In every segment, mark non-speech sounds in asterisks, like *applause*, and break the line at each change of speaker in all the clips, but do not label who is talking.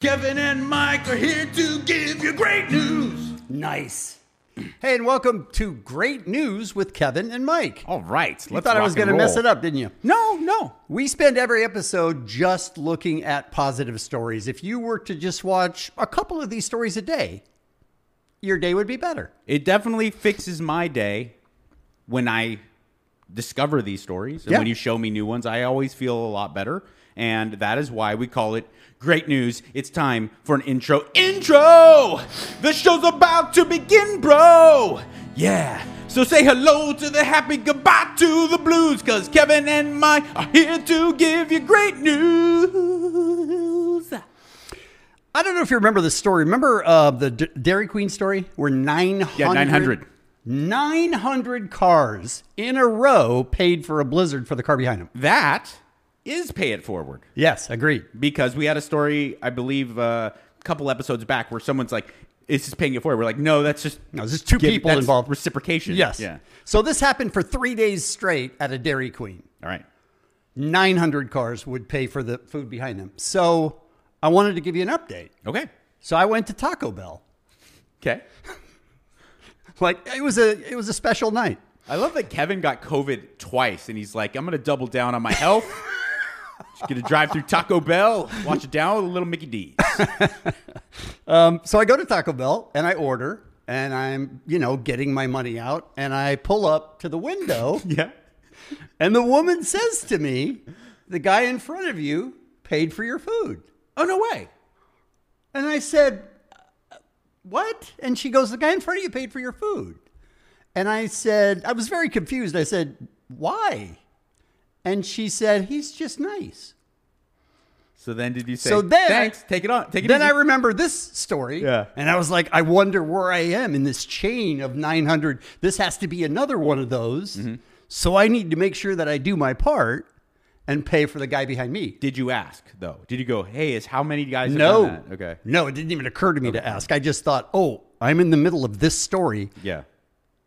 Kevin and Mike are here to give you great news.
Nice. Hey, and welcome to Great News with Kevin and Mike.
All right. Oh, Let's
you thought I was going to mess it up, didn't you?
No, no.
We spend every episode just looking at positive stories. If you were to just watch a couple of these stories a day, your day would be better.
It definitely fixes my day when I discover these stories. And
Yeah.
when you show me new ones, I always feel a lot better. And that is why we call it great news. It's time for an intro. Intro! The show's about to begin, bro! Yeah. So say hello to the happy, goodbye to the blues, because Kevin and Mike are here to give you great news.
I don't know if you remember this story. Remember uh, the D- Dairy Queen story where 900,
Yeah, 900.
900 cars in a row paid for a blizzard for the car behind them.
That is Pay It Forward.
Yes, agreed.
because we had a story, I believe, uh, a couple episodes back where someone's like, "This is paying it forward." We're like, "No, that's just
No, there's two
give-
people
that's
involved.
Reciprocation."
Yes.
Yeah.
So this happened for three days straight at a Dairy Queen.
All right.
900 cars would pay for the food behind them. So I wanted to give you an update.
Okay.
So I went to Taco Bell. *laughs*
Okay.
Like it was a it was a special night.
I love that Kevin got COVID twice, and he's like, "I'm gonna double down on my health. just gonna drive through Taco Bell, watch it down with a little Mickey
*laughs*
D."
Um, so I go to Taco Bell and I order and I'm you know getting my money out and I pull up to the window
yeah.
and the woman says to me, "The guy in front of you paid for your food."
Oh no way.
And I said, What? And she goes, The guy in front of you paid for your food. And I said, I was very confused. I said, Why? And she said, He's just nice.
So then, did you say?
So then I-
thanks. take it on. Take it.
Then
easy.
I remember this story.
Yeah.
And I was like, I wonder where I am in this chain of 900. This has to be another one of those.
Mm-hmm.
So I need to make sure that I do my part and pay for the guy behind me.
did you ask though? Did you go, "Hey, is how many guys?" have
No.
done that?" Okay.
No, it didn't even occur to me to ask. I just thought, oh, I'm in the middle of this story.
Yeah.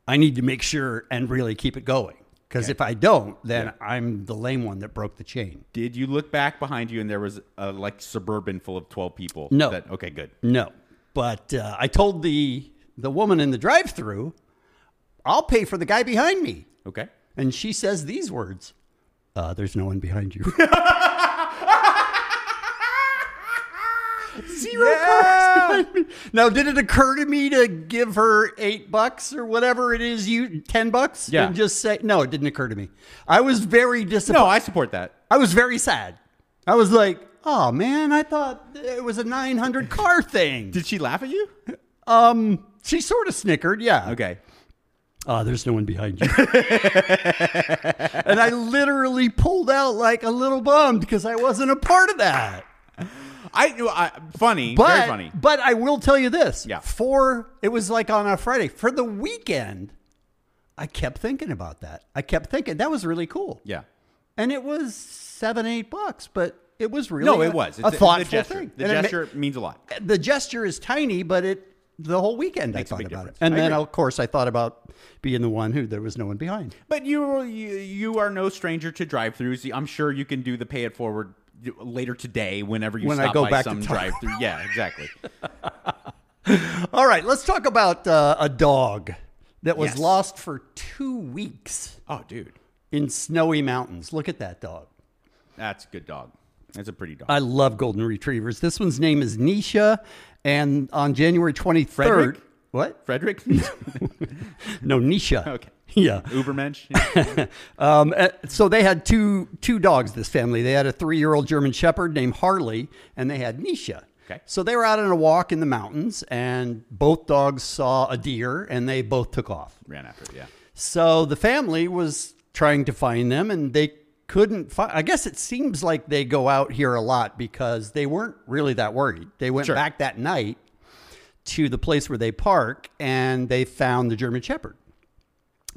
I need to make sure and really keep it going. Because if I don't, then I'm the lame one that broke the chain.
Did you look back behind you and there was a like suburban full of twelve people?
No.
That, okay, good.
No, but uh, I told the the woman in the drive-through, "I'll pay for the guy behind me,"
Okay.
and she says these words: uh, "There's no one behind you." *laughs* Zero cars behind me. Now, did it occur to me to give her eight bucks or whatever it is? You ten bucks?
Yeah.
And just say no. It didn't occur to me. I was very disappointed.
No, I support that.
I was very sad. I was like, oh man, I thought it was a
*laughs*
900 car thing.
Did she laugh at you? *laughs*
Um, she sort of snickered, yeah.
Okay.
Oh, there's no one behind you. *laughs* and I literally pulled out like a little bummed because I wasn't a part of that.
I, I funny,
But
very funny.
but I will tell you this.
Yeah.
For it was like on a Friday for the weekend. I kept thinking about that. I kept thinking that was really cool.
Yeah.
and it was seven, eight bucks, but it was really
No,
a-
it was.
a thoughtful
the gesture.
thing.
The
And it ma-
gesture means a lot.
the gesture is tiny, but it the whole weekend I
Makes a
thought
big
about
difference.
it, and
I
then
agree.
of course I thought about being the one who there was no one behind.
But you, are- you you are no stranger to drive-throughs. I'm sure you can do the pay it forward later today whenever you
When I
stop
go
by
back to
some
Taco Bell.
drive-through. *laughs* yeah, exactly.
All right, let's talk about uh, a dog that was
Yes.
lost for two weeks
Oh, dude.
in snowy mountains. Look at that dog.
That's a good dog. That's a pretty dog.
I love golden retrievers. This one's name is Nisha, and on January twenty third,
Frederick?
what?
Frederick? *laughs*
No, Nisha.
Okay.
*laughs* Yeah.
Ubermensch? *laughs*
Um, uh, so they had two two dogs. This family they had a three year old German Shepherd named Harley, and they had Nisha.
Okay.
So they were out on a walk in the mountains, and both dogs saw a deer, and they both took off.
Ran after it, yeah.
So the family was trying to find them, and they couldn't find. I guess it seems like they go out here a lot because they weren't really that worried. They went
Sure.
back that night to the place where they park, and they found the German Shepherd,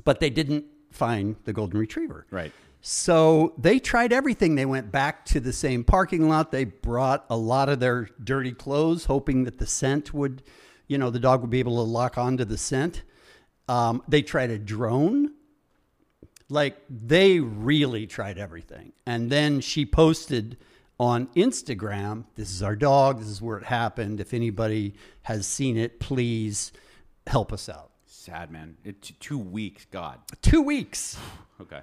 but they didn't find the golden retriever.
Right.
So they tried everything. They went back to the same parking lot. They brought a lot of their dirty clothes, hoping that the scent would, you know, the dog would be able to lock onto the scent. Um, they tried a drone. Like they really tried everything. And then she posted on Instagram. This is our dog. This is where it happened. If anybody has seen it, please help us out.
Sad man. It, t- two weeks. God.
Two weeks.
Okay.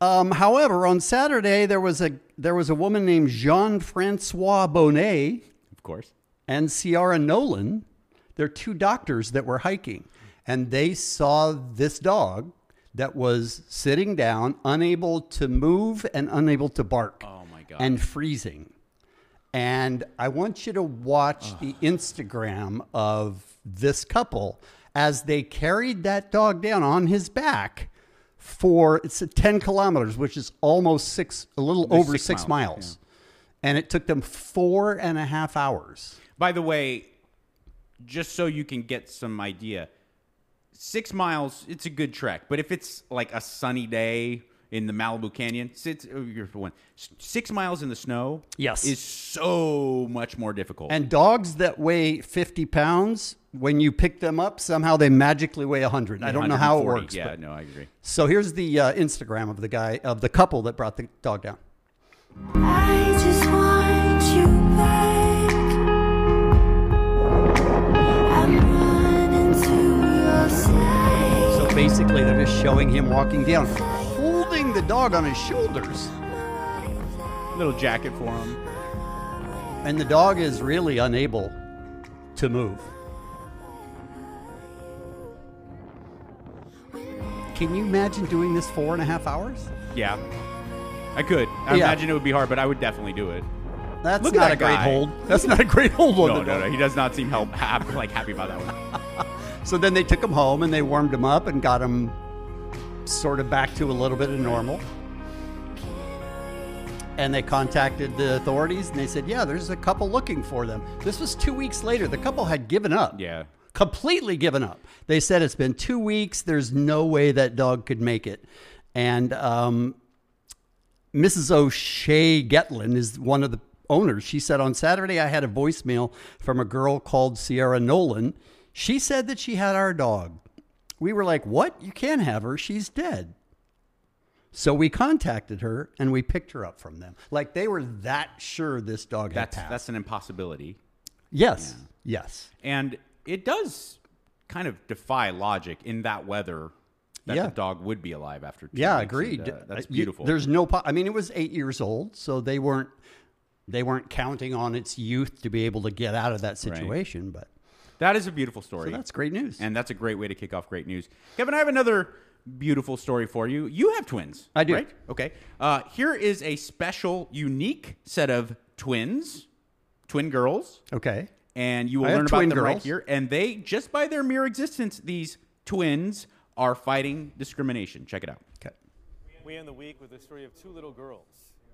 Um, however, on Saturday there was a there was a woman named Jean Francois Bonnet
Of course.
and Ciara Nolan. They're two doctors that were hiking, and they saw this dog that was sitting down, unable to move and unable to bark.
Oh, my God.
And freezing. And I want you to watch the Instagram of this couple as they carried that dog down on his back for it's a 10 kilometers, which is almost six, a little over
six
six,
miles,
miles. And it took them four and a half hours.
By the way, just so you can get some idea, six miles, it's a good trek. But if it's like a sunny day in the Malibu Canyon, six, oh, you're for one, S- six miles in the snow
Yes.
is so much more difficult.
And dogs that weigh 50 pounds, when you pick them up, somehow they magically weigh 100. I don't know how it
140
works.
Yeah,
but-
no, I agree.
so here's the uh, Instagram of the guy, of the couple that brought the dog down.
I just want you back. I'm running to your side.
So basically, they're just showing him walking down, holding the dog on his shoulders.
Little jacket for him.
And the dog is really unable to move. Can you imagine doing this four and a half hours?
Yeah. I could. I
Yeah.
imagine it would be hard, but I would definitely do it.
That's
Look at
not
that
a great
guy.
hold. That's not a great hold on
No,
the
no,
dog.
no. He does not seem help, hap, like happy about that one.
So then they took him home and they warmed him up and got him sort of back to a little bit of normal. And they contacted the authorities and they said, yeah, there's a couple looking for them. This was two weeks later. The couple had given up.
Yeah.
Completely given up. They said it's been two weeks. There's no way that dog could make it. And um, Mrs. O'Shea Getland is one of the owners. She said on Saturday, I had a voicemail from a girl called Sierra Nolan. She said that she had our dog. We were like, What? You can't have her. She's dead. So we contacted her and we picked her up from them. Like they were that sure this dog had
That's,
passed.
that's an impossibility.
yes. Yes.
And it does kind of defy logic in that weather that
Yeah.
the dog would be alive after. Two
Yeah,
weeks.
agreed.
And, uh, that's
Uh, you-
beautiful.
there's no. Po- I mean, it was eight years old, so they weren't they weren't counting on its youth to be able to get out of that situation. But
that is a beautiful story.
so that's great news.
And that's a great way to kick off great news. Kevin, I have another beautiful story for you. You have twins.
I do.
Right? Okay. Uh, here is a special, unique set of twins, twin girls,
okay,
and you will
I have
learn about
twin
them right
girls.
here. And they, just by their mere existence, these twins are fighting discrimination. Check it out.
okay.
We end the week with the story of two little girls.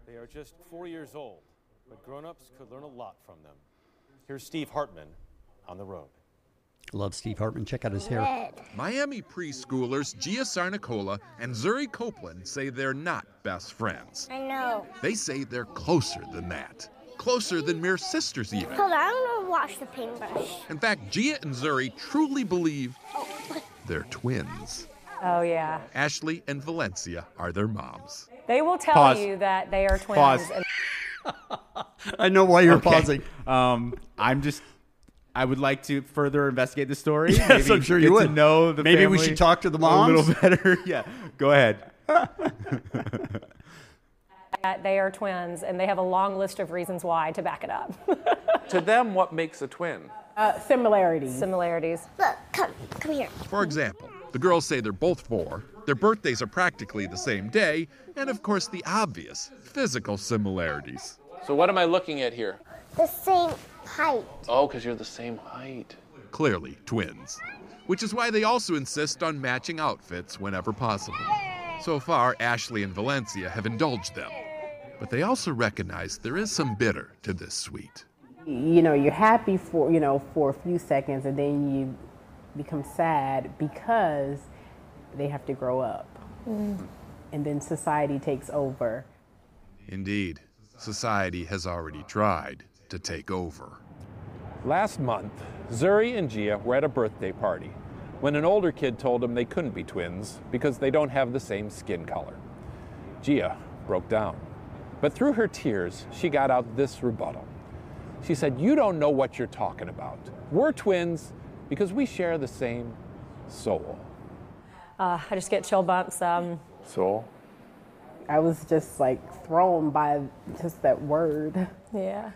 They are just four years old, but grown-ups could learn a lot from them. Here's Steve Hartman on the road.
Love Steve Hartman. Check out his hair.
Miami preschoolers Gia Sarnicola and Zuri Copeland say they're not best friends.
I know.
They say they're closer than that, closer than mere sisters, even.
Hold on, I'm gonna wash the paintbrush.
In fact, Gia and Zuri truly believe they're twins.
Oh, yeah.
Ashley and Valencia are their moms.
They will tell
Pause.
you that they are twins.
Pause.
And
I know why you're
Okay.
pausing.
Um, I'm just. I would like to further investigate the story.
*laughs* Yes, I'm sure you
get To
would.
know the
Maybe we
family
should talk to the
a little
moms.
better. *laughs* yeah, go ahead.
that they are twins, and they have a long list of reasons why to back it up.
To them, what makes a twin?
Uh,
Similarities. Similarities.
Look, come, come here.
For example, the girls say they're both four, their birthdays are practically the same day, and of course, the obvious physical similarities.
So what am I looking at here?
The same height.
Oh, because you're the same height.
Clearly, twins. Which is why they also insist on matching outfits whenever possible. So far, Ashley and Valencia have indulged them. But they also recognize there is some bitter to this suite.
you know you're happy for you know for a few seconds and then you become sad because they have to grow up and then society takes over
Indeed, society has already tried to take over.
Last month, Zuri and Gia were at a birthday party when an older kid told them they couldn't be twins because they don't have the same skin color. Gia broke down.
But through her tears, she got out this rebuttal. She said, You don't know what you're talking about. We're twins because we share the same soul.
Uh, I just get chill bumps. Um,
Soul?
I was just like thrown by just that word.
yeah.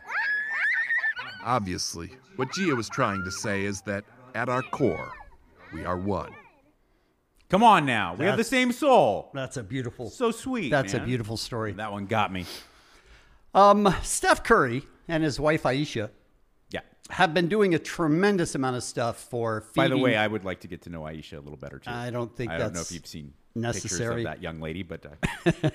Obviously, what Gia was trying to say is that at our core, we are one.
Come on now. We have the
That's-
same soul.
That's a beautiful.
So sweet.
That's a
man.
beautiful story.
That one got me.
Um, Steph Curry and his wife Aisha
Yeah.
have been doing a tremendous amount of stuff for. Feeding.
By the way, I would like to get to know Aisha a little better too.
I don't think
I don't know
that's
if you've seen
necessary.
pictures of that young lady, but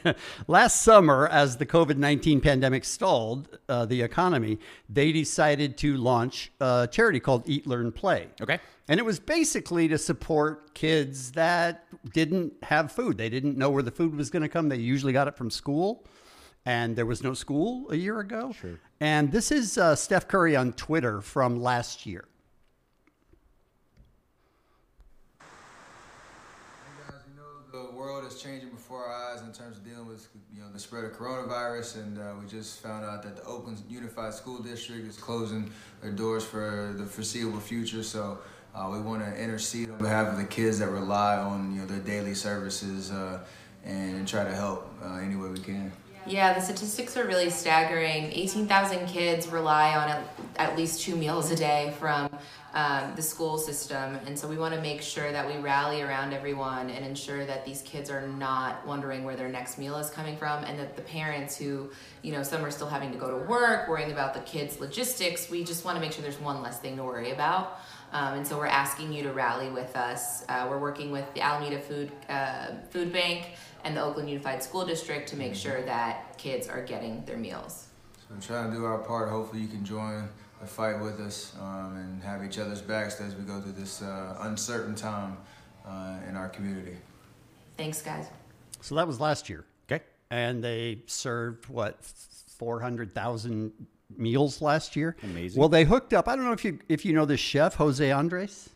uh,
Last summer, as the COVID 19 pandemic stalled uh, the economy, they decided to launch a charity called Eat, Learn, Play.
Okay.
And it was basically to support kids that didn't have food. They didn't know where the food was going to come. They usually got it from school, and there was no school a year ago. Sure. And this is uh, Steph Curry on Twitter from last year.
Guys, we know the world is changing before our eyes in terms of dealing with you know the spread of coronavirus, and uh, we just found out that the Oakland Unified School District is closing their doors for the foreseeable future. So uh, we want to intercede on behalf of the kids that rely on you know their daily services uh, and try to help uh, any way we can.
Yeah, the statistics are really staggering. 18,000 kids rely on at, at least two meals a day from um, the school system. And so we want to make sure that we rally around everyone and ensure that these kids are not wondering where their next meal is coming from and that the parents who, you know, some are still having to go to work, worrying about the kids' logistics, we just want to make sure there's one less thing to worry about. Um, and so we're asking you to rally with us. Uh, we're working with the Alameda Food uh, Food Bank and the Oakland Unified School District to make
Mm-hmm.
sure that kids are getting their meals.
So we're trying to do our part. Hopefully, you can join the fight with us um, and have each other's backs as we go through this uh, uncertain time uh, in our community.
Thanks, guys.
So that was last year.
Okay.
And they served what 400,000 meals last year.
Amazing.
Well, they hooked up. I don't know if you if you know this chef Jose Andres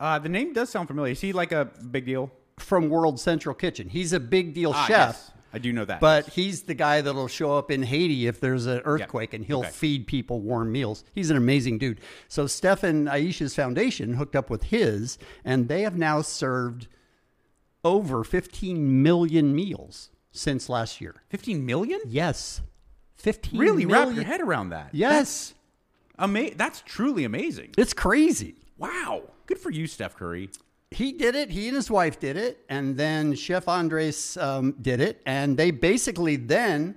uh, the name does sound familiar. Is he like a big deal
from World Central Kitchen. He's a big deal
Ah,
chef.
yes. I do know that.
But he's the guy that'll show up in Haiti if there's an earthquake and he'll
Okay.
feed people warm meals. He's an amazing dude. So Stefan Aisha's foundation hooked up with his, and they have now served over 15 million meals since last year.
15 million?
Yes. 15
really wrap your
million.
head around that.
Yes.
Ama- that's truly amazing.
It's crazy.
Wow. Good for you, Steph Curry.
He did it. He and his wife did it. And then Chef Andres um, did it. And they basically then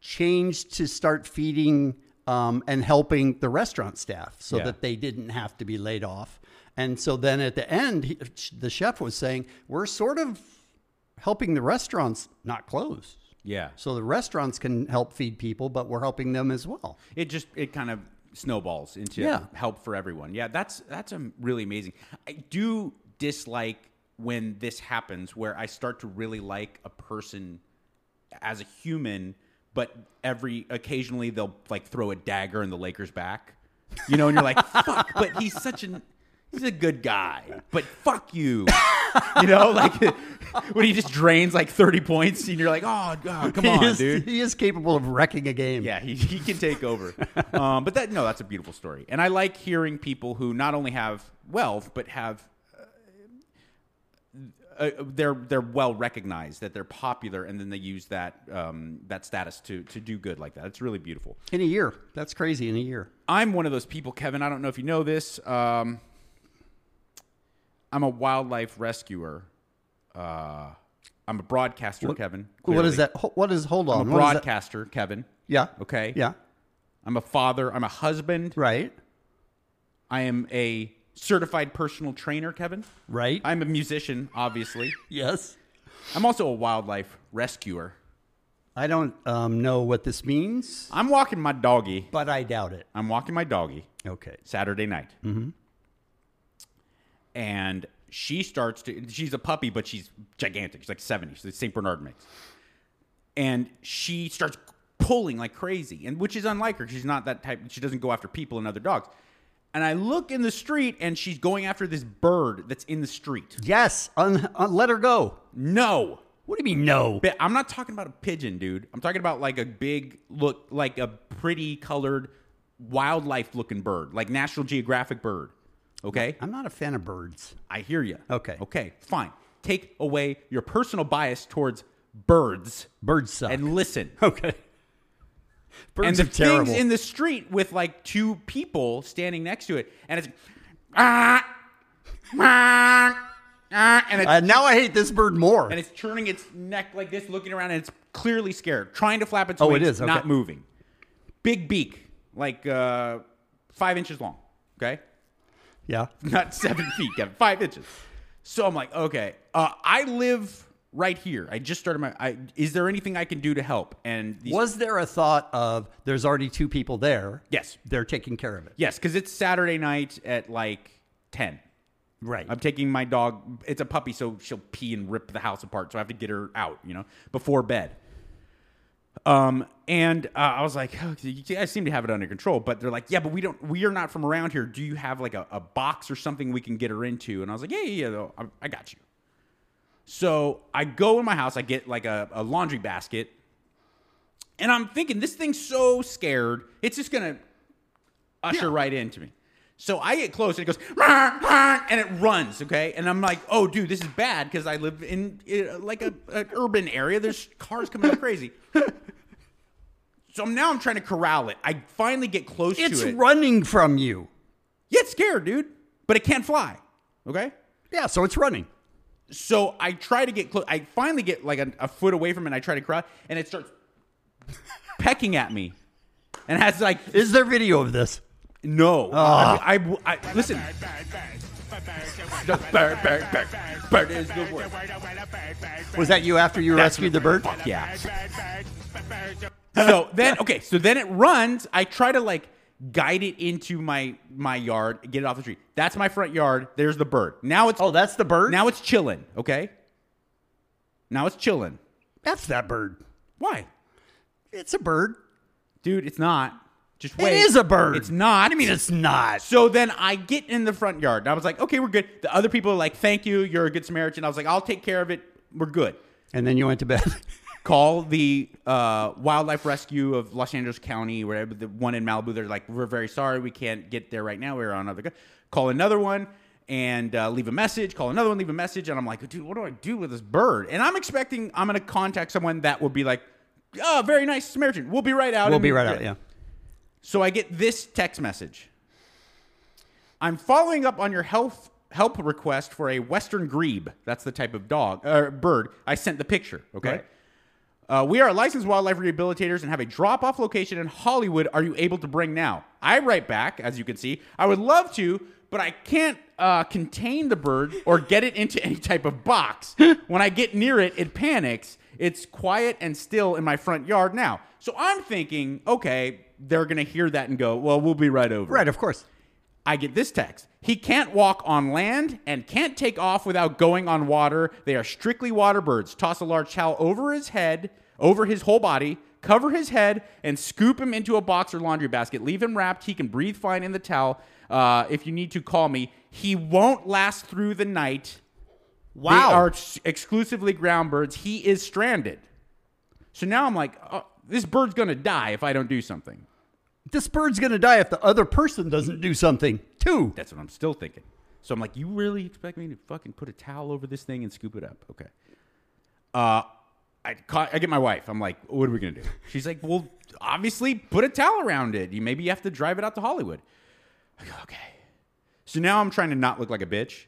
changed to start feeding um, and helping the restaurant staff so
Yeah.
that they didn't have to be laid off. And so then at the end, he, the chef was saying, We're sort of helping the restaurants not close.
Yeah.
So the restaurants can help feed people, but we're helping them as well.
It just it kind of snowballs into
Yeah.
help for everyone. Yeah, that's that's um really amazing. I do dislike when this happens where I start to really like a person as a human, but every occasionally they'll like throw a dagger in the Lakers back. You know, and you're like, fuck, but he's such an he's a good guy. But fuck you. You know, like *laughs* when he just drains like 30 points and you're like, oh, God, come on,
*laughs* he is,
dude.
He is capable of wrecking a game.
Yeah, he, he can take
*laughs*
over. um, but that no, that's a beautiful story, and I like hearing people who not only have wealth but have uh, uh, they're they're well recognized, that they're popular, and then they use that um, that status to to do good like that. It's really beautiful.
In a year. That's crazy in a year.
I'm one of those people, Kevin. I don't know if you know this. Um, I'm a wildlife rescuer. Uh, I'm a broadcaster, Kevin.
What is
clearly.
that? Ho- What is, hold on.
I'm a
what is that?
broadcaster, Kevin.
Yeah.
Okay.
Yeah.
I'm a father. I'm a husband.
Right.
I am a certified personal trainer, Kevin.
Right.
I'm a musician, obviously.
yes.
I'm also a wildlife rescuer.
I don't um, know what this means,
I'm walking my doggy.
but I doubt it.
I'm walking my doggy
Okay.
Saturday night. Mm-hmm. And she starts to, she's a puppy, but she's gigantic. She's like 70. She's a St. Bernard mix. And she starts pulling like crazy, and which is unlike her. She's not that type. She doesn't go after people and other dogs. And I look in the street, and she's going after this bird that's in the street.
Yes. Un- un- let her go.
No.
What do you mean no?
I'm not talking about a pigeon, dude. I'm talking about like a big look, like a pretty colored wildlife looking bird, like National Geographic bird. Okay?
I'm not a fan of birds.
I hear you.
Okay.
Okay, fine. Take away your personal bias towards birds.
Birds suck.
And listen.
*laughs* Okay. Birds
and the
are terrible.
things in the street with like two people standing next to it, and it's ah, ah, ah, and it's,
Uh, now I hate this bird more.
and it's turning its neck like this, looking around, and it's clearly scared, trying to flap its
Oh, it
wings,
is, okay.
not moving. Big beak, like uh, five inches long. Okay, *laughs*
yeah.
not seven feet, Kevin, five inches. So I'm like, okay, uh, I live right here. I just started my. I, is there anything I can do to help? And these
Was there a thought of there's already two people there?
Yes.
They're taking care of it.
Yes, because it's Saturday night at like 10.
Right.
I'm taking my dog. It's a puppy, so she'll pee and rip the house apart. So I have to get her out, you know, before bed. Um, and uh, I was like, oh, you guys seem to have it under control, but they're like, yeah, but we don't, we are not from around here. Do you have like a, a box or something we can get her into? And I was like, yeah, yeah, yeah, though. I, I got you. So I go in my house, I get like a, a laundry basket, and I'm thinking this thing's so scared, it's just gonna usher right into me. So I get close and it goes, "Rah, rah," and it runs, okay? And I'm like, oh, dude, this is bad because I live in uh, like a, an urban area. There's cars coming like crazy. *laughs* So I'm- now I'm trying to corral it. I finally get close
It's
to it.
running from you.
Yeah, it's scared, dude, but it can't fly, okay?
Yeah, so it's running.
So I try to get close. I finally get like a, a foot away from it. And I try to cry, and it starts *laughs* pecking at me, and has like
Is there video of this?
no.
Ah.
I, I- I- listen. The bird, bird, bird, bird is the word.
Was that you after you
That's
rescued the bird?
Yeah. So then, okay. So then it runs. I try to like guide it into my my yard, get it off the tree. That's my front yard. There's the bird. Now it's
Oh, that's the bird?
now it's chilling. Okay. Now it's chilling.
that's that bird.
Why?
It's a bird.
Dude, it's not. Just wait.
It is a bird.
It's not.
I mean, it's not.
So then I get in the front yard. And I was like, okay, we're good. The other people are like, thank you. You're a good Samaritan. I was like, I'll take care of it. We're good.
And then you went to bed.
Call the uh, wildlife rescue of Los Angeles County, whatever the one in Malibu. They're like, we're very sorry, we can't get there right now. We're on another. Go-. Call another one and uh, leave a message. Call another one, leave a message. And I'm like, dude, what do I do with this bird? And I'm expecting I'm gonna contact someone that will be like, oh, very nice Samaritan. We'll be right out.
we'll
and-
be right out. Yeah.
so I get this text message. I'm following up on your health help request for a Western grebe. That's the type of dog or bird. I sent the picture. Okay. Uh, we are licensed wildlife rehabilitators and have a drop off location in Hollywood. Are you able to bring now? I write back, as you can see. I would love to, but I can't uh, contain the bird or get it into any type of box. when I get near it, it panics. It's quiet and still in my front yard now. So I'm thinking, okay, they're going to hear that and go, well, we'll be right over.
Right, of course.
I get this text. He can't walk on land and can't take off without going on water. They are strictly water birds. Toss a large towel over his head, over his whole body, cover his head, and scoop him into a box or laundry basket. Leave him wrapped. He can breathe fine in the towel. Uh, if you need to call me, he won't last through the night.
Wow.
They are s- exclusively ground birds. He is stranded. So now I'm like, oh, this bird's going to die if I don't do something.
This bird's going to die if the other person doesn't do something, too.
That's what I'm still thinking. So I'm like, you really expect me to fucking put a towel over this thing and scoop it up? Okay. Uh, I ca I get my wife. I'm like, what are we gonna do? She's like, well, obviously, put a towel around it. You maybe you have to drive it out to Hollywood. I go, okay. So now I'm trying to not look like a bitch.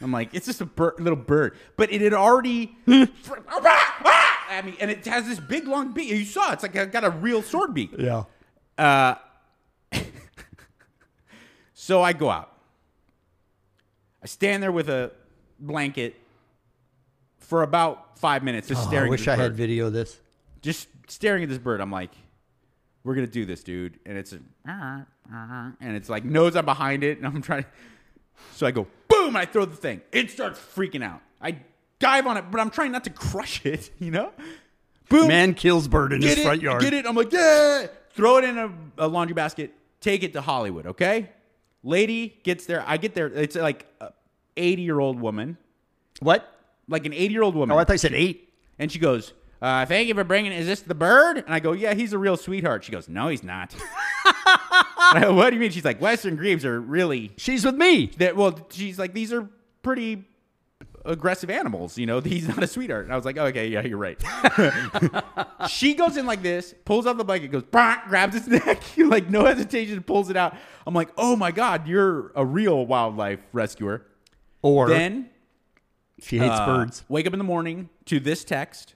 I'm like, it's just a bir- little bird, but it had already. ah, I mean, and it has this big long beak. You saw it's like I got a real sword beak.
Yeah.
Uh, so I go out. I stand there with a blanket for about five minutes, just
Oh,
staring.
I wish
at this
I had
bird.
video of this.
Just staring at this bird. I'm like, we're gonna do this, dude. And it's a, and it's like knows I'm behind it, and I'm trying. So I go boom, and I throw the thing. It starts freaking out. I dive on it, but I'm trying not to crush it. *laughs* You know, boom
Man kills bird in his
it,
front yard.
Get it? I'm like, yeah. Throw it in a, a laundry basket. Take it to Hollywood. Okay. Lady gets there. I get there. It's like a 80 year old woman,
What?
like an 80 year old woman.
Oh, I thought you said eight.
And she goes, uh, "Thank you for bringing. Is this the bird?" And I go, "Yeah, he's a real sweetheart." She goes, "No, he's not." *laughs* And I go, what do you mean? She's like, Western Greaves are really.
She's with me.
That well, she's like, these are pretty aggressive animals. You know, *laughs* he's not a sweetheart. And I was like, okay, yeah, you're right. *laughs* she goes in like this, pulls out the blanket, goes, "Bonk," grabs his *laughs* neck, like no hesitation, pulls it out. I'm like, oh my god, you're a real wildlife rescuer.
Or
then
she hates
uh,
birds.
Wake up in the morning to this text.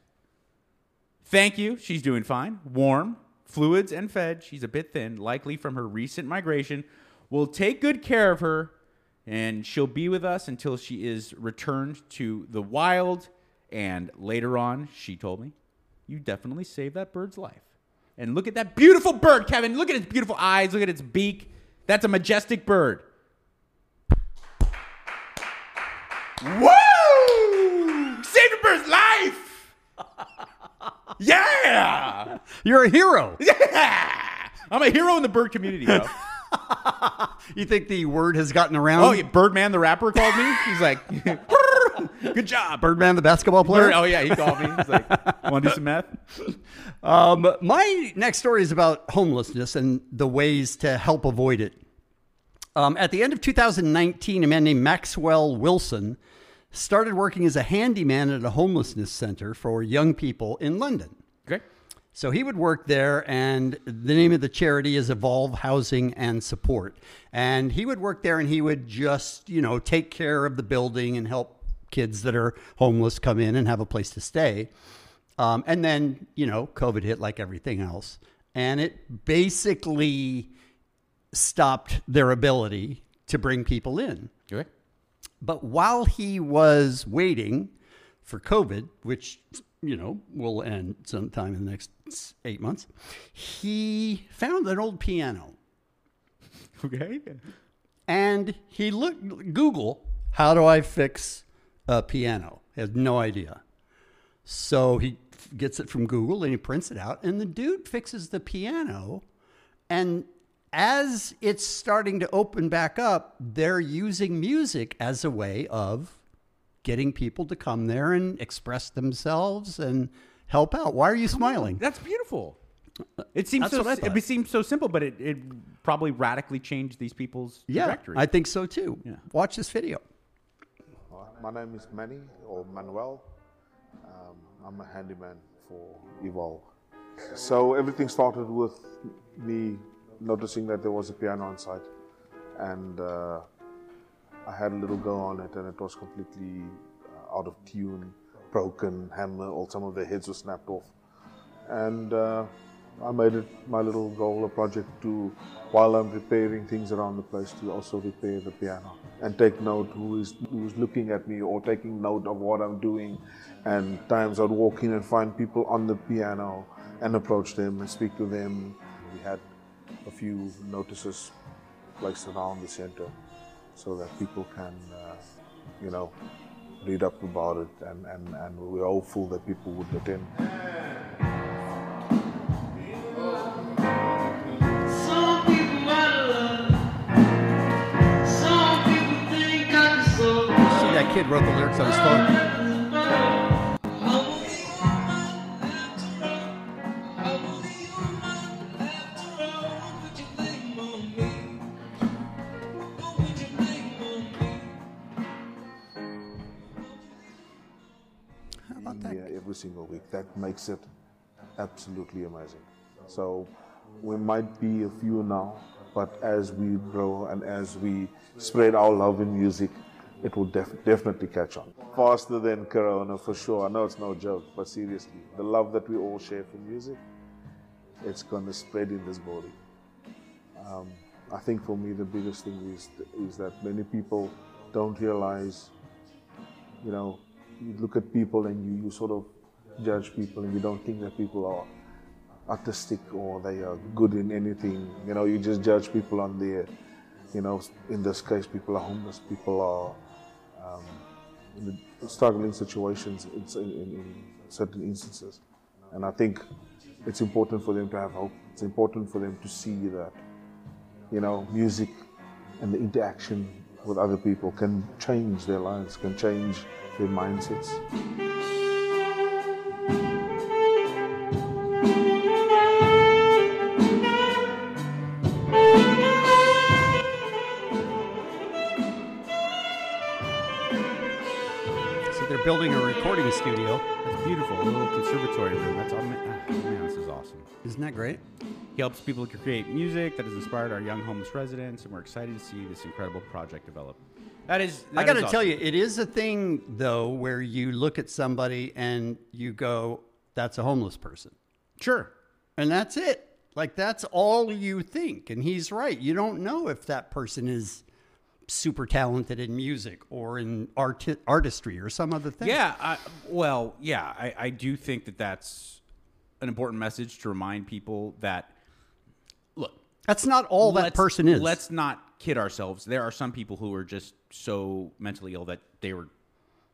Thank you. She's doing fine. Warm, fluids, and fed. She's a bit thin, likely from her recent migration. We'll take good care of her, and she'll be with us until she is returned to the wild. And later on, she told me, You definitely saved that bird's life. And look at that beautiful bird, Kevin. Look at its beautiful eyes. Look at its beak. That's a majestic bird. Woo! Saved a bird's
*laughs*
life! Yeah!
You're a hero.
I'm a hero in the bird community,
*laughs*
though.
Oh, you think the word has gotten around?
oh, yeah, Birdman the rapper called me. He's like, *laughs* good job.
Birdman, the basketball player.
Bird- oh, yeah, he called me. He's like, want to do some
*laughs*
math?
Um, my next story is about homelessness and the ways to help avoid it. Um, at the end of 2019, a man named Maxwell Wilson started working as a handyman at a homelessness center for young people in London.
Okay.
So he would work there, and the name of the charity is Evolve Housing and Support. And he would work there and he would just, you know, take care of the building and help kids that are homeless come in and have a place to stay. Um, and then, you know, COVID hit like everything else. And it basically stopped their ability to bring people in.
Okay.
But while he was waiting for COVID, which, you know, will end sometime in the next eight months, he found an old piano
Okay.
and he looked, Google, how do I fix a piano? He has no idea. So he f- gets it from Google and he prints it out, and the dude fixes the piano. And as it's starting to open back up, they're using music as a way of getting people to come there and express themselves and help out. Why are you smiling?
That's beautiful. It seems
That's
so.
what I
It
thought.
seems so simple, but it, it probably radically changed these people's
Yeah,
trajectory.
I think so too. Watch this video.
My name is Manny or Manuel. Um, I'm a handyman for Evolve. So everything started with me noticing that there was a piano on site, and uh, I had a little go on it, and it was completely uh, out of tune, broken, hammer, or some of the heads were snapped off. And uh, I made it my little goal or project to, while I'm repairing things around the place, to also repair the piano and take note who is who's looking at me or taking note of what I'm doing. And times I'd walk in and find people on the piano and approach them and speak to them. We had a few notices placed around the center so that people can, uh, you know, read up about it and, and, and we were hopeful that people would attend.
Some people out of love. Some people think I'm so.
See, that kid wrote the lyrics on his phone.
Yeah, every single week. That makes it absolutely amazing. So we might be a few now, but as we grow and as we spread our love in music, it will def- definitely catch on. Faster than Corona, for sure. I know it's no joke, but seriously, the love that we all share for music, it's going to spread in this body. Um, I think for me, the biggest thing is, is that many people don't realize you know, you look at people and you, you sort of judge people and you don't think that people are artistic or they are good in anything. You know, you just judge people on their, you know, in this case, people are homeless, people are um, in struggling situations in, in, in certain instances. And I think it's important for them to have hope. It's important for them to see that, you know, music and the interaction with other people can change their lives, can change their mindsets.
They're building a recording studio.
That's beautiful. A little conservatory room. That's all. Man, ah, man, this is awesome.
Isn't that great?
He helps people to create music that has inspired our young homeless residents, and we're excited to see this incredible project develop. That is.
I
that
got
is
to
awesome.
tell you, it is a thing though where you look at somebody and you go, "That's a homeless person."
Sure.
And that's it. Like that's all you think. And he's right. You don't know if that person is super talented in music or in art artistry or some other thing.
Yeah. I, well, yeah. I, I do think that that's an important message to remind people that look,
that's not all that
let's-
person is.
Let's not kid ourselves. There are some people who are just so mentally ill that they were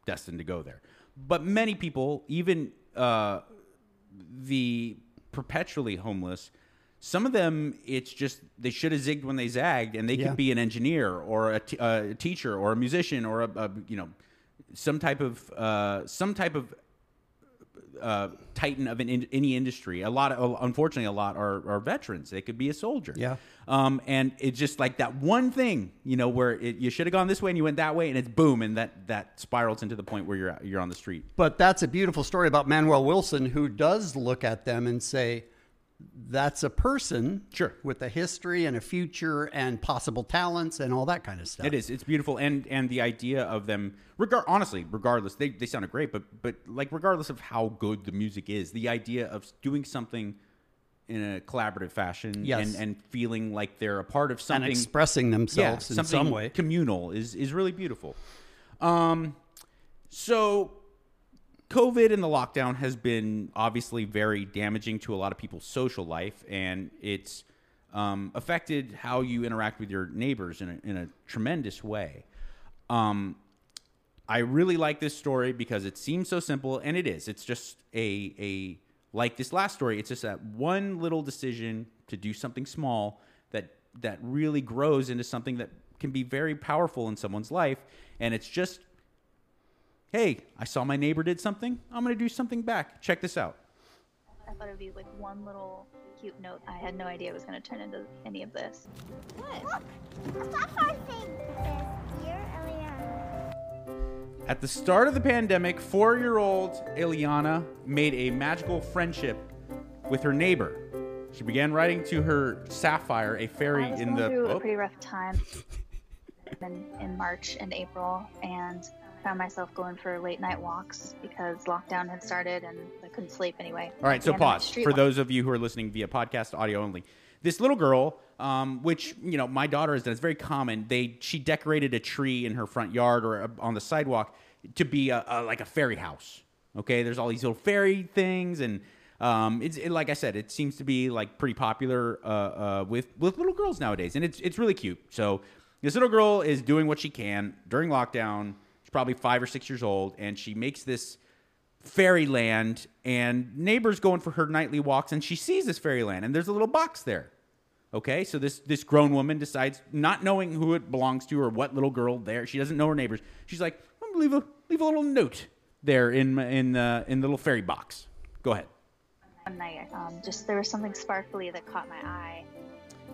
destined to go there. But many people, even uh, the perpetually homeless, some of them, it's just they should have zigged when they zagged, and they
Yeah.
could be an engineer or a, t- a teacher or a musician or a, a you know some type of uh, some type of uh, titan of an in, any industry. A lot, of, unfortunately, a lot are, are veterans. They could be a soldier.
Yeah.
Um, and it's just like that one thing, you know, where it, you should have gone this way and you went that way, and it's boom, and that that spirals into the point where you're at- you're on the street.
But that's a beautiful story about Manuel Wilson, who does look at them and say, that's a person
sure.
with a history and a future and possible talents and all that kind of stuff.
It is. It's beautiful, and and the idea of them, regard honestly, regardless, they they sounded great, but but like regardless of how good the music is, the idea of doing something in a collaborative fashion,
Yes.
and and feeling like they're a part of something,
expressing themselves in some
something
way.
communal is is really beautiful. Um, so COVID and the lockdown has been obviously very damaging to a lot of people's social life, and it's um, affected how you interact with your neighbors in a, in a tremendous way. Um, I really like this story because it seems so simple, and it is. It's just a a like this last story. It's just that one little decision to do something small that that really grows into something that can be very powerful in someone's life, and it's just hey, I saw my neighbor did something. I'm going to do something back. Check this out.
I thought it would be like one little cute note. I had no idea it was going to turn into any of this.
Look, a platform thing. It says, Dear Eliana.
At the start of the pandemic, four year old Ileana made a magical friendship with her neighbor. She began writing to her sapphire, a fairy
I was
in
going
the.
through
Oh.
a pretty
*laughs*
rough time in, in March and April, and found myself going for late night walks because lockdown had started and I couldn't sleep anyway.
All right, so
And I had
pause
street
for
walks.
those of you who are listening via podcast audio only. This little girl, um, which you know my daughter has done, it's very common. They she decorated a tree in her front yard or uh on the sidewalk to be a, a, like a fairy house. Okay, there's all these little fairy things, and um, it's it, like I said, it seems to be like pretty popular uh, uh, with with little girls nowadays, and it's it's really cute. So this little girl is doing what she can during lockdown. She's probably five or six years old, and she makes this fairyland and neighbors going for her nightly walks and she sees this fairyland and there's a little box there okay so this this grown woman decides not knowing who it belongs to or what little girl there she doesn't know her neighbors she's like i'm gonna leave a leave a little note there in my- in the in the little fairy box go ahead
one night. Um, just there was something sparkly that caught my eye.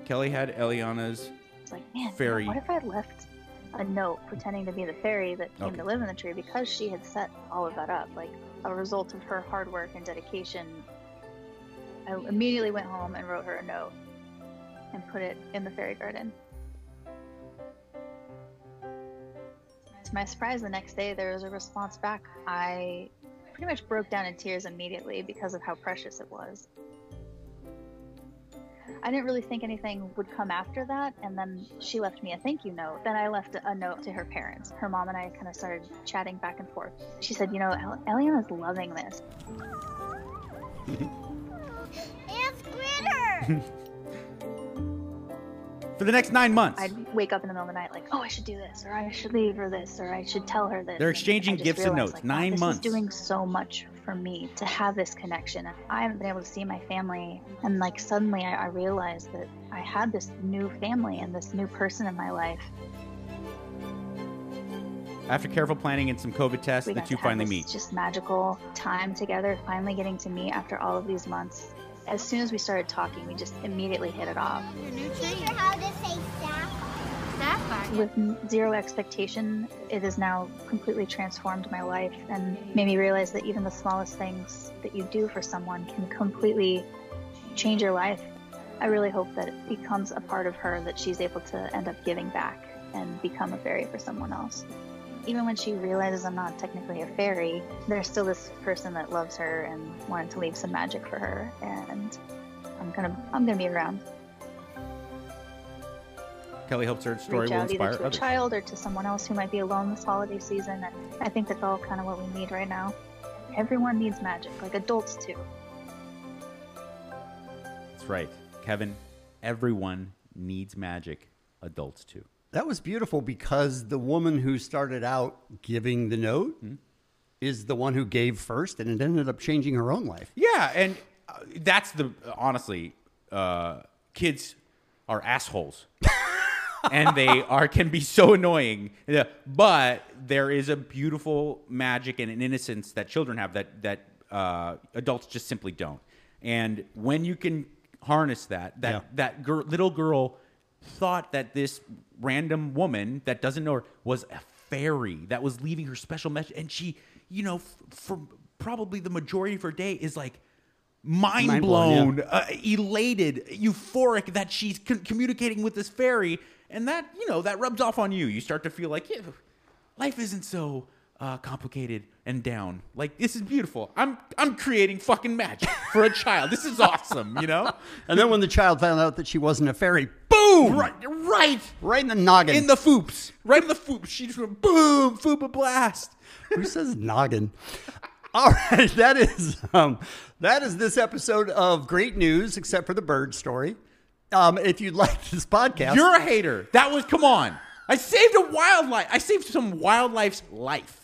kelly had eliana's
It's like, man, you know,
Fairy.
what if I left a note pretending to be the fairy that came
Okay.
to live in the tree because she had set all of that up, like a result of her hard work and dedication? I immediately went home and wrote her a note and put it in the fairy garden. To my surprise, the next day there was a response back. I pretty much broke down in tears immediately because of how precious it was. I didn't really think anything would come after that, and then she left me a thank you note. Then I left a note to her parents. Her mom and I kind of started chatting back and forth. She said, "You know, El- Eliana's loving this.
*laughs* It's glitter. *laughs*
for the next nine months
I'd wake up in the middle of the night like, oh, I should do this, or I should leave her this, or I should tell her this.
They're
And I
exchanging
just
gifts and
realized,
notes.
wow,
Nine
this
months.
is doing so much for me to have this connection. I haven't been able to see my family, and like suddenly I, I realized that I had this new family and this new person in my life.
after careful planning and some covid tests
We
the
got
two
to have
finally
this
meet
Just magical time together, finally getting to meet after all of these months. As soon as we started talking, we just immediately hit it off.
Teach her how to say sapphire. Sapphire?
with zero expectation, it has now completely transformed my life and made me realize that even the smallest things that you do for someone can completely change your life. I really hope that it becomes a part of her that she's able to end up giving back and become a fairy for someone else. Even when she realizes I'm not technically a fairy, there's still this person that loves her and wanted to leave some magic for her and I'm gonna I'm gonna be around.
Kelly hopes her story
reach
will
out
inspire
either to a
others.
child or to someone else who might be alone this holiday season. And I think that's all kind of what we need right now. Everyone needs magic, like adults too.
That's right. Kevin, everyone needs magic, adults too.
That was beautiful because the woman who started out giving the note is the one who gave first, and it ended up changing her own life.
Yeah, and uh, that's the honestly, uh, kids are assholes, and they are can be so annoying. Yeah, But there is a beautiful magic and an innocence that children have that that uh, adults just simply don't. And when you can harness that, that
Yeah.
that gir- little girl thought that this random woman that doesn't know her was a fairy that was leaving her special message, and she, you know, f- for probably the majority of her day is like mind,
Mind blown,
blown, uh, elated, euphoric that she's con- communicating with this fairy, and that you know that rubs off on you. You start to feel like yeah, life isn't so uh, complicated and down. Like this is beautiful. I'm I'm creating fucking magic for a child. This is awesome, you know. *laughs*
And then when the child found out that she wasn't a fairy, boom! Right,
right,
right in the noggin.
In the foops, right in the foops. She just went boom, foop a blast.
Who says noggin? All right, that is um, that is this episode of Great News, except for the bird story. Um, if you like this podcast,
You're a hater. That was come on. I saved a wildlife. I saved some wildlife's life.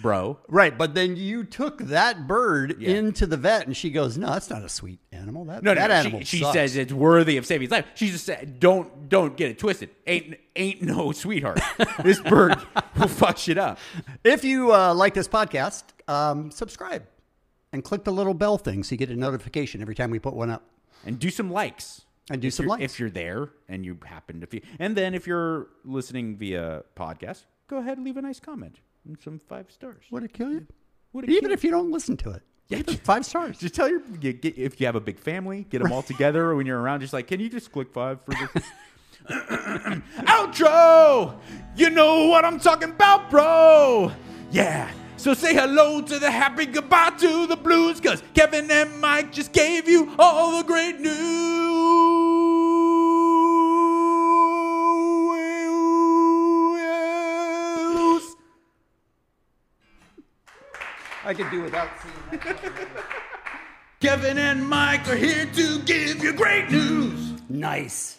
bro.
Right, but then you took that bird into the vet, and she goes, "No, that's not a sweet animal. That
No, no,
that
no.
animal."
she, she
sucks."
says it's worthy of saving his life. She just said, "Don't, don't get it twisted. Ain't, ain't no
*laughs*
sweetheart. this bird will fuck shit up."
If you uh, like this podcast, um, subscribe and click the little bell thing so you get a notification every time we put one up.
And do some likes.
And do
if
some
you're-
likes.
if you're there and you happen to feel. And then if you're listening via podcast, go ahead and leave a nice comment and some five stars.
Would it kill you?
Would it
Even
kill
if you don't listen to it.
Yeah,
five stars.
Just tell your you get, if you have a big family, get them all together when you're around. Just like, can you just click five for this? Outro. You know what I'm talking about, bro. Yeah. So say hello to the happy goodbye to the blues, cause Kevin and Mike just gave you all the great news.
I could do without
Kevin and Mike are here to give you great news.
Nice.